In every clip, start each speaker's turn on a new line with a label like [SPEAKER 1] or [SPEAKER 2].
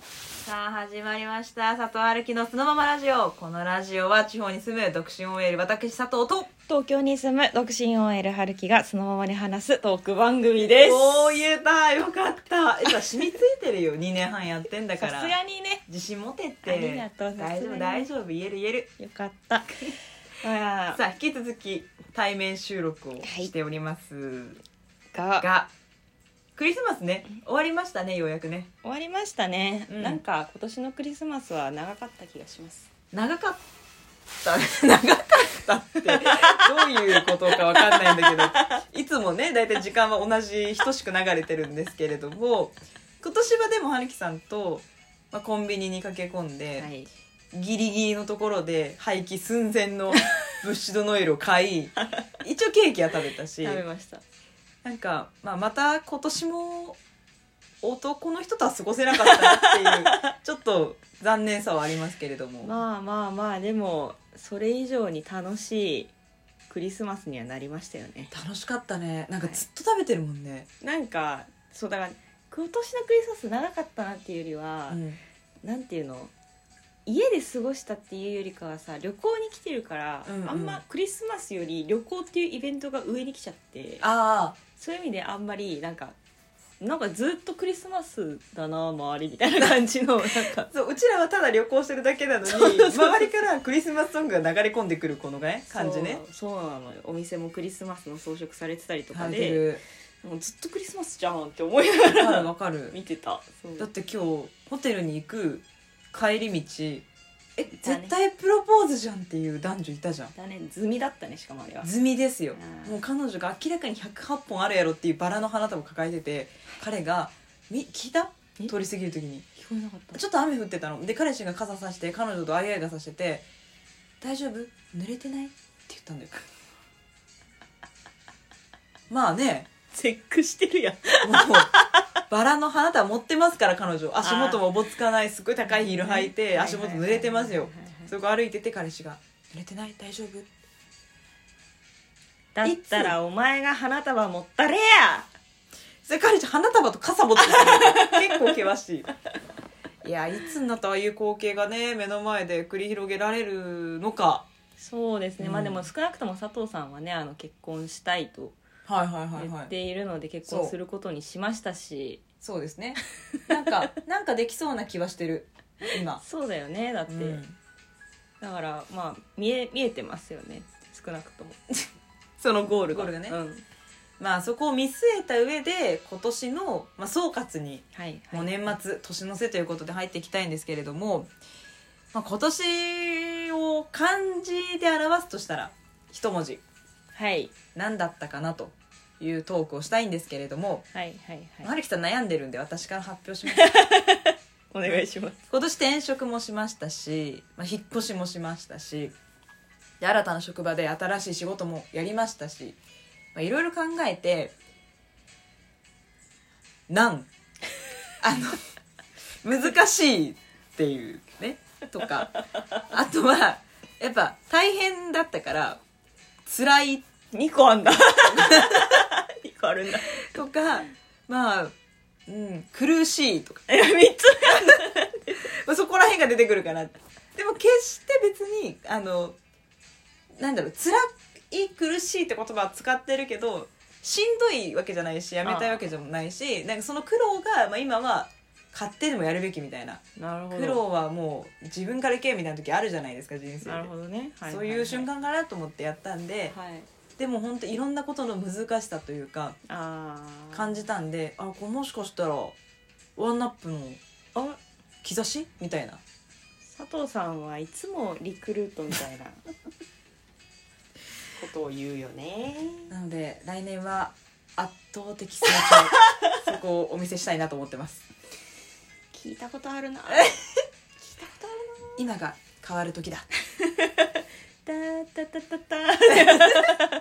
[SPEAKER 1] さあ始まりました佐藤春樹のそのままラジオこのラジオは地方に住む独身 OL 私佐藤と
[SPEAKER 2] 東京に住む独身 OL 春樹がそのままに話すトーク番組です
[SPEAKER 1] おお言えたよかったえさ染みついてる よ2年半やってんだから
[SPEAKER 2] さすがにね
[SPEAKER 1] 自信持てって
[SPEAKER 2] ありがとうさ
[SPEAKER 1] 大丈
[SPEAKER 2] す
[SPEAKER 1] 夫
[SPEAKER 2] がに
[SPEAKER 1] 大丈夫言える言える
[SPEAKER 2] よかったあ
[SPEAKER 1] さあ引き続き対面収録をしております、
[SPEAKER 2] が
[SPEAKER 1] がクリスマスね終わりましたねようやくね
[SPEAKER 2] 終わりましたね、
[SPEAKER 1] うん
[SPEAKER 2] なんか今年のクリスマスは長かった気がします
[SPEAKER 1] 長かった 長かったってどういうことかわかんないんだけどいつもね大体時間は同じ等しく流れてるんですけれども今年はでも春樹さんと、まあ、コンビニに駆け込んで、
[SPEAKER 2] い
[SPEAKER 1] ギリギリのところで廃棄寸前のブッシュドノイルを買 い一応ケーキは食べたし
[SPEAKER 2] 食べました
[SPEAKER 1] なんか、まあ、また今年も男の人とは過ごせなかったなっていうちょっと残念さはありますけれども。
[SPEAKER 2] まあまあまあでもそれ以上に楽しいクリスマスにはなりましたよね
[SPEAKER 1] 楽しかったねなんか
[SPEAKER 2] はい
[SPEAKER 1] ずっと食べてるもんね、
[SPEAKER 2] なんかそうだから今年のクリスマス長かったなっていうよりは、なんていうの家で過ごしたっていうよりかはさ旅行に来てるから、
[SPEAKER 1] うんうん
[SPEAKER 2] あんまクリスマスより旅行っていうイベントが上に来ちゃって
[SPEAKER 1] ああ
[SPEAKER 2] そういう意味であんまりなんかなんかずっとクリスマスだな周りみたいな感じのなんか
[SPEAKER 1] そううちらはただ旅行してるだけ なのに
[SPEAKER 2] そうそうそう
[SPEAKER 1] 周りからクリスマスソングが流れ込んでくるこのね 感じね
[SPEAKER 2] そうそうなのよお店もクリスマスの装飾されてたりとか
[SPEAKER 1] 感じ
[SPEAKER 2] で
[SPEAKER 1] る
[SPEAKER 2] もうずっとクリスマスじゃんって思い
[SPEAKER 1] わ
[SPEAKER 2] な
[SPEAKER 1] か
[SPEAKER 2] が
[SPEAKER 1] る
[SPEAKER 2] ら
[SPEAKER 1] わか る
[SPEAKER 2] 見てたそう
[SPEAKER 1] だって今日ホテルに行く帰り道え
[SPEAKER 2] だね
[SPEAKER 1] 絶対プロポーズじゃんっていう男女いたじゃん
[SPEAKER 2] だね済みだったねしかもあれは
[SPEAKER 1] 済みですよ
[SPEAKER 2] うん
[SPEAKER 1] もう彼女が明らかに108本あるやろっていうバラの花束を抱えてて彼が「み聞いた?」
[SPEAKER 2] え
[SPEAKER 1] 通り過ぎる時に
[SPEAKER 2] 聞こえなかった
[SPEAKER 1] ちょっと雨降ってたので彼氏が傘さして彼女とあいあいがさしてて「大丈夫濡れてない?」って言ったんだよ まあね
[SPEAKER 2] チェックしてるやん
[SPEAKER 1] もうバラの花束持ってますから彼女足元もおぼつかないすごい高いヒール履いて足元濡れてますよそこ歩いてて彼氏が「濡れてない大丈夫?」
[SPEAKER 2] だったらお前が花束持ったれや
[SPEAKER 1] それ彼氏花束と傘持ってた結構険しいいやいつになったらああいう光景がね目の前で繰り広げられるのか
[SPEAKER 2] そうですね、
[SPEAKER 1] うん
[SPEAKER 2] まあでも少なくとも佐藤さんはねあの結婚したいと
[SPEAKER 1] はいはいは
[SPEAKER 2] 言
[SPEAKER 1] いは
[SPEAKER 2] っ
[SPEAKER 1] い
[SPEAKER 2] ているので結婚することにしましたし、
[SPEAKER 1] そうですね。なんか、 なんかできそうな気はしてる。今。
[SPEAKER 2] そうだよねだって、
[SPEAKER 1] うん
[SPEAKER 2] だからまあ見え見えてますよね少なく とも
[SPEAKER 1] そのゴール
[SPEAKER 2] ゴ
[SPEAKER 1] が
[SPEAKER 2] ールがね、
[SPEAKER 1] ね、
[SPEAKER 2] ん、はい
[SPEAKER 1] まあそこを見据えた上で今年の、まあ、総括に
[SPEAKER 2] はい
[SPEAKER 1] もう年末、年の瀬ということで入っていきたいんですけれども、まあ、今年を漢字で表すとしたら一文字
[SPEAKER 2] はい
[SPEAKER 1] 何だったかなというトークをしたいんですけれども、
[SPEAKER 2] はいはい
[SPEAKER 1] まあ
[SPEAKER 2] はい
[SPEAKER 1] 春樹さん悩んでるんで私から発表します
[SPEAKER 2] お願いします
[SPEAKER 1] 今年転職もしましたし、まあ、引っ越しもしましたしで新たな職場で新しい仕事もやりましたしまあいろいろ考えてなんあの難しいっていうねとかあとはやっぱ大変だったから辛い
[SPEAKER 2] 2個あんだ2個あるんだ
[SPEAKER 1] とかまあ、うん、苦しいとか
[SPEAKER 2] いや3つ
[SPEAKER 1] まあ、そこら辺が出てくるかなでも決して別にあのなんだろう辛い苦しいって言葉は使ってるけどしんどいわけじゃないしやめたいわけじゃないしなんかその苦労が、まあ、今は勝手でもやるべきみたいな
[SPEAKER 2] なるほど
[SPEAKER 1] 苦労はもう自分からいけみたいな時あるじゃないですか人生で
[SPEAKER 2] なるほどね、ははは
[SPEAKER 1] そういう瞬間かなと思ってやったんで、
[SPEAKER 2] はい
[SPEAKER 1] でも本当いろんなことの難しさというか
[SPEAKER 2] ああ
[SPEAKER 1] 感じたんであこれもしかしたらワンナップの
[SPEAKER 2] あ
[SPEAKER 1] 兆しみたいな
[SPEAKER 2] 佐藤さんはいつもリクルートみたい なことを言うよね
[SPEAKER 1] なので来年は圧倒的成長そこをお見せしたいなと思ってます
[SPEAKER 2] 聞いたことあるな聞いたことあ
[SPEAKER 1] 今が変わる時だ
[SPEAKER 2] るなたたたたた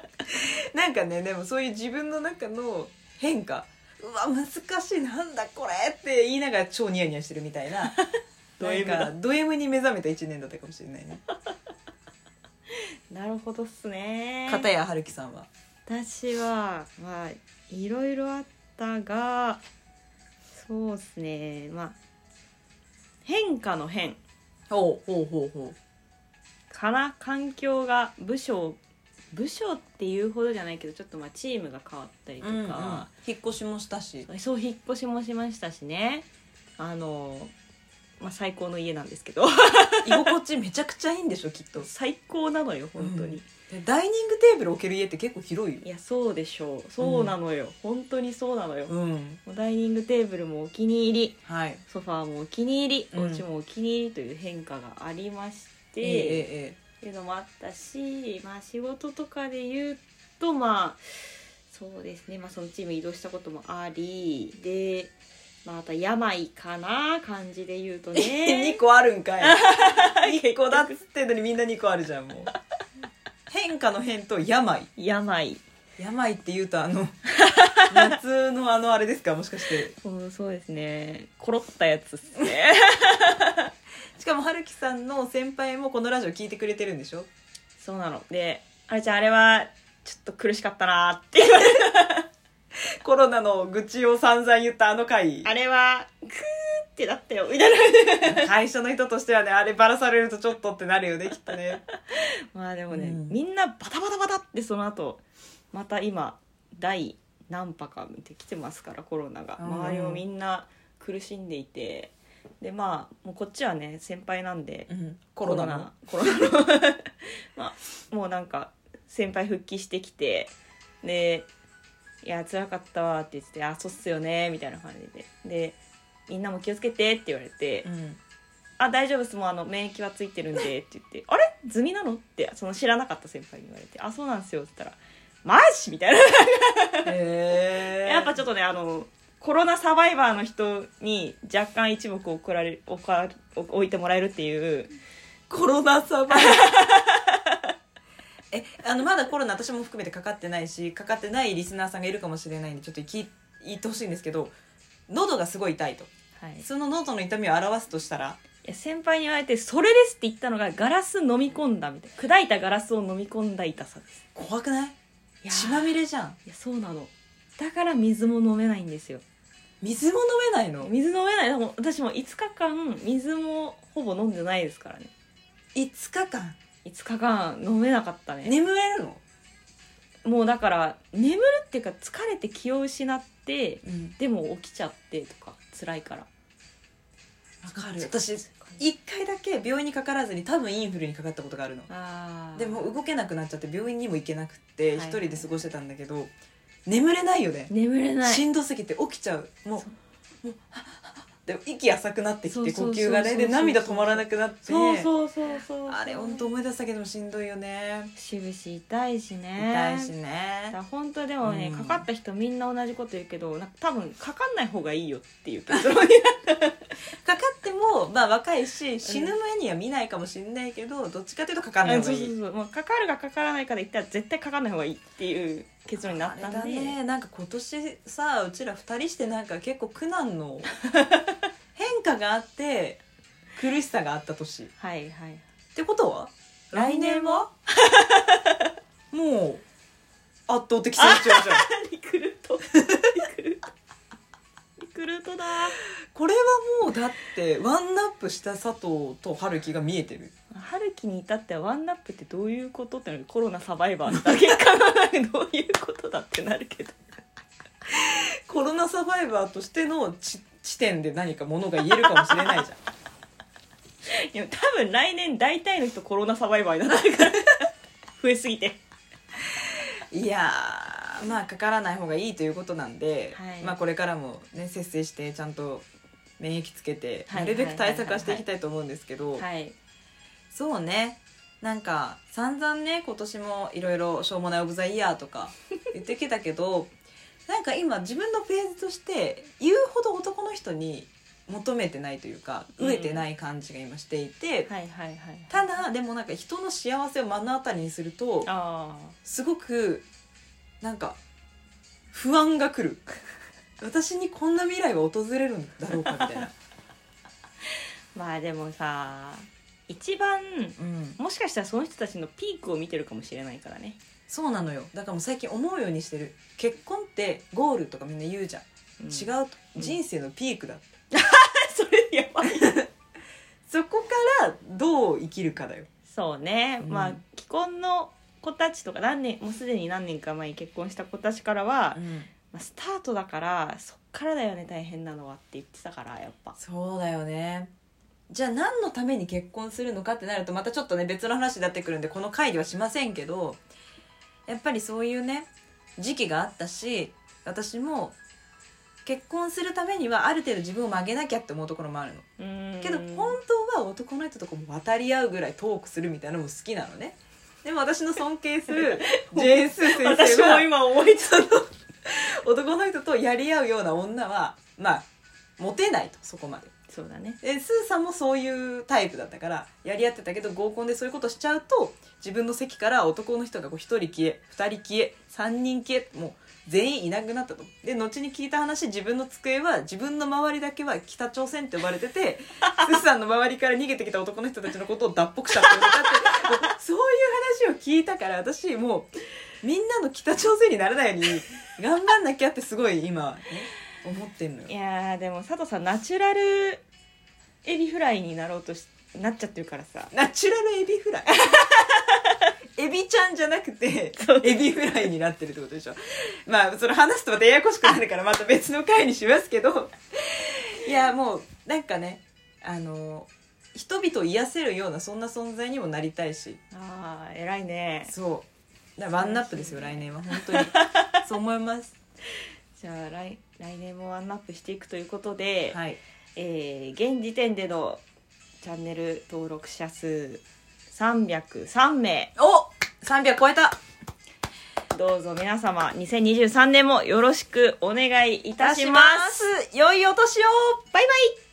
[SPEAKER 1] なんかねでもそういう自分の中の変化うわ難しいなんだこれって言いながら超ニヤニヤしてるみたいな
[SPEAKER 2] ド M だ
[SPEAKER 1] なん かド M に目覚めた1年だったかもしれないね
[SPEAKER 2] なるほどっすね
[SPEAKER 1] 片や春樹さんは
[SPEAKER 2] 私はまあいろいろあったがそうっすねまあ変化の変
[SPEAKER 1] ほうほうほうほ
[SPEAKER 2] から環境が部署部署っていうほどじゃないけどちょっとまあチームが変わったりと
[SPEAKER 1] うんうん、
[SPEAKER 2] か、
[SPEAKER 1] 引っ越しもしたし
[SPEAKER 2] そう引っ越しもしましたしねあの、まあ、最高の家なんです けど
[SPEAKER 1] 居心地めちゃくちゃいいんでしょきっと
[SPEAKER 2] 最高なのよ本当に、
[SPEAKER 1] でダイニングテーブル置ける家って結構広いよ
[SPEAKER 2] いやそうでしょうそうなのよ、本当にそうなのよ、
[SPEAKER 1] うん
[SPEAKER 2] もうダイニングテーブルもお気に入り
[SPEAKER 1] はい
[SPEAKER 2] ソファーもお気に入り、
[SPEAKER 1] うん
[SPEAKER 2] お家もお気に入りという変化がありまし
[SPEAKER 1] え
[SPEAKER 2] て、
[SPEAKER 1] えええ
[SPEAKER 2] っていうのもあったし、まあ、仕事とかで言うとまあそうですね、まあ、そのチーム移動したこともありで、まあ、あとは病かな感じで言うと
[SPEAKER 1] ええ
[SPEAKER 2] ね
[SPEAKER 1] 2個あるんかい2個だっつってんのにみんな2個あるじゃんもう変化の変と病
[SPEAKER 2] 病
[SPEAKER 1] 病って言うとあ の夏のあのあれですかもしかして
[SPEAKER 2] そうそうですねコロったやつっすね
[SPEAKER 1] しかもはるきさんの先輩もこのラジオ聞いてくれてるんでしょ
[SPEAKER 2] そうなのであれちゃんあれはちょっと苦しかったなーって言われて
[SPEAKER 1] コロナの愚痴を散々言ったあの回
[SPEAKER 2] あれはクーってなったよみたいな
[SPEAKER 1] 会社の人としてはねあればらされるとちょっとってなるよねきっとね
[SPEAKER 2] まあでもね、
[SPEAKER 1] うん
[SPEAKER 2] みんなバタバタバタってその後また今第何波か見てきてますからコロナが
[SPEAKER 1] うん
[SPEAKER 2] 周りもみんな苦しんでいてでまあもうこっちはね先輩なんで
[SPEAKER 1] コロナの
[SPEAKER 2] コロナの まあもうなんか先輩復帰してきてで「いや辛かったわ」って言ってて「あそうっすよね」みたいな感じでで「みんなも気をつけて」って言われて、
[SPEAKER 1] うん
[SPEAKER 2] あ大丈夫ですもうあの免疫はついてるんで」って言って「あれ済みなの?」ってその知らなかった先輩に言われて「あそうなんですよ」って言ったら「マジ?」みたいな
[SPEAKER 1] へえ
[SPEAKER 2] やっぱちょっとねあのコロナサバイバーの人に若干一目置られ置か置いてもらえるっていう
[SPEAKER 1] コロナサバイ えあのまだコロナ私も含めてかかってないしかかってないリスナーさんがいるかもしれないんでちょっと聞い言ってほしいんですけど喉がすごい痛いと
[SPEAKER 2] はいい
[SPEAKER 1] その喉の痛みを表すとしたら
[SPEAKER 2] や先輩に言われて「それです」って言ったのがガラス飲み込んだみたいな砕いたガラスを飲み込んだ痛さです
[SPEAKER 1] 怖くない
[SPEAKER 2] いや
[SPEAKER 1] 血まみれじゃん
[SPEAKER 2] いやそうなのだから水も飲めないんですよ
[SPEAKER 1] 水も飲めないの
[SPEAKER 2] 水飲めないもう私も5日間水もほぼ飲んでないですからね
[SPEAKER 1] 5日間
[SPEAKER 2] 5日間飲めなかったね
[SPEAKER 1] 眠れるの、
[SPEAKER 2] もうだから眠るっていうか疲れて気を失ってでも起きちゃってとか辛いから
[SPEAKER 1] わかる私1回だけ病院にかからずに多分インフルにかかったことがあるの
[SPEAKER 2] あー
[SPEAKER 1] でも動けなくなっちゃって病院にも行けなくて
[SPEAKER 2] はいは
[SPEAKER 1] 一
[SPEAKER 2] い
[SPEAKER 1] 人で過ごしてたんだけど、眠れないよね
[SPEAKER 2] 眠れない
[SPEAKER 1] しんどすぎて起きちゃうもうもうはっはっはで息浅くなってき
[SPEAKER 2] そう
[SPEAKER 1] て
[SPEAKER 2] そう
[SPEAKER 1] 呼
[SPEAKER 2] そう
[SPEAKER 1] 吸がねで
[SPEAKER 2] そうそうそう
[SPEAKER 1] 涙止まらなくなって
[SPEAKER 2] そうそうそうそう
[SPEAKER 1] あれ本当思い出したけどもしんどいよね
[SPEAKER 2] しぶし痛いしね
[SPEAKER 1] 痛いしね
[SPEAKER 2] だから本当でもね、
[SPEAKER 1] うん
[SPEAKER 2] かかった人みんな同じこと言うけどなんか多分かかんない方がいいよっていう結論に
[SPEAKER 1] かかってもまあ若いし死ぬ目には見ないかもしれないけどどっちかというとかかんない
[SPEAKER 2] あ
[SPEAKER 1] 方が
[SPEAKER 2] そう
[SPEAKER 1] い
[SPEAKER 2] そう
[SPEAKER 1] い
[SPEAKER 2] そうもうかかるかかからないかで言ったら絶対かかんない方がいいっていう結論にな
[SPEAKER 1] あ
[SPEAKER 2] っ
[SPEAKER 1] れ
[SPEAKER 2] たんで
[SPEAKER 1] だねなんか今年さうちら二人してなんか結構苦難 の変化があって苦しさがあった年っ
[SPEAKER 2] はいはい
[SPEAKER 1] てことは来年は もう圧倒的成 長じゃん
[SPEAKER 2] リクルートリクルートリクルートだ
[SPEAKER 1] これはもうだってワンナップした佐藤と春樹が見えてる
[SPEAKER 2] 春樹に至ってはワンナップってどういうことってなるコロナサバイバーだけかなどういうことだってなるけど
[SPEAKER 1] コロナサバイバーとしてのち地点で何かものが言えるかもしれないじゃん
[SPEAKER 2] いや多分来年大体の人コロナサバイバーになってるから 増えすぎて
[SPEAKER 1] いやーまあかからない方がいいということなんで、
[SPEAKER 2] はい
[SPEAKER 1] まあこれからもね節制してちゃんと免疫つけて
[SPEAKER 2] はい
[SPEAKER 1] なるべく対策はしていきたいと思うんですけど、
[SPEAKER 2] はい
[SPEAKER 1] そうねなんか散々ね今年もいろいろ「しょうもないオブザイヤー」と か言ってきたけどなんか今自分のフェーズとして言うほど男の人に求めてないというか
[SPEAKER 2] うん
[SPEAKER 1] 飢えてない感じが今していて、
[SPEAKER 2] はいはいはい
[SPEAKER 1] ただでもなんか人の幸せを目の当たりにすると
[SPEAKER 2] あ
[SPEAKER 1] すごくなんか不安が 来る私にこんな未来は訪れるんだろうかみたいな。
[SPEAKER 2] ーまあでもさ一
[SPEAKER 1] う
[SPEAKER 2] 番
[SPEAKER 1] ん、
[SPEAKER 2] もしかしたらその人たちのピークを見てるかもしれないからね
[SPEAKER 1] そうなのよだからもう最近思うようにしてる結婚ってゴールとかみんな言うじゃん
[SPEAKER 2] うん
[SPEAKER 1] 違うと、
[SPEAKER 2] うん
[SPEAKER 1] 人生のピークだ
[SPEAKER 2] それやばい
[SPEAKER 1] どう生きるかだよ
[SPEAKER 2] そうね、
[SPEAKER 1] うん
[SPEAKER 2] まあ既婚の子たちとか何年もうすでに何年か前に結婚した子たちからは、まあ、スタートだからそっからだよね大変なのはって言ってたからやっぱ
[SPEAKER 1] そうだよねじゃあ何のために結婚するのかってなるとまたちょっとね別の話になってくるんでこの回ではしませんけどやっぱりそういうね時期があったし私も結婚するためにはある程度自分を曲げなきゃって思うところもあるのけど本当は男の人とこう渡り合うぐらいトークするみたいなのも好きなのねでも私の尊敬するジェーン・スー先生は
[SPEAKER 2] 私も今思いつい
[SPEAKER 1] 男の人とやり合うような女はまあモテないとそこまで
[SPEAKER 2] そうだね
[SPEAKER 1] でスーさんもそういうタイプだったからやり合ってたけど合コンでそういうことしちゃうと自分の席から男の人がこう1人消え2人消え3人消えもう全員いなくなったとで後に聞いた話自分の机は自分の周りだけは北朝鮮って呼ばれててスーさんの周りから逃げてきた男の人たちのことを脱北者って呼んでたってもうそういう話を聞いたから私もうみんなの北朝鮮にならないように頑張んなきゃってすごい今、ね思ってんのよ
[SPEAKER 2] い。やーでも佐藤さんナチュラルエビフライになろうとしなっちゃってるからさ
[SPEAKER 1] ナチュラルエビフ ライエビちゃんじゃなくて
[SPEAKER 2] そう
[SPEAKER 1] エビフライになってるってことでしょまあそれ話すとまたややこしくな るからまた別の回にしますけどいやもうなんかねあの人々を癒せるようなそんな存在にもなりたいし
[SPEAKER 2] あー偉いね
[SPEAKER 1] そうだからワンナップですよ来年は本 当にそう思います
[SPEAKER 2] じゃあ来来年もワンナップしていくということで、
[SPEAKER 1] はい
[SPEAKER 2] えー現時点でのチャンネル登録者数303名
[SPEAKER 1] お300超えた
[SPEAKER 2] どうぞ皆様2023年もよろしくお願いいたします
[SPEAKER 1] 良いお年を
[SPEAKER 2] バイバイ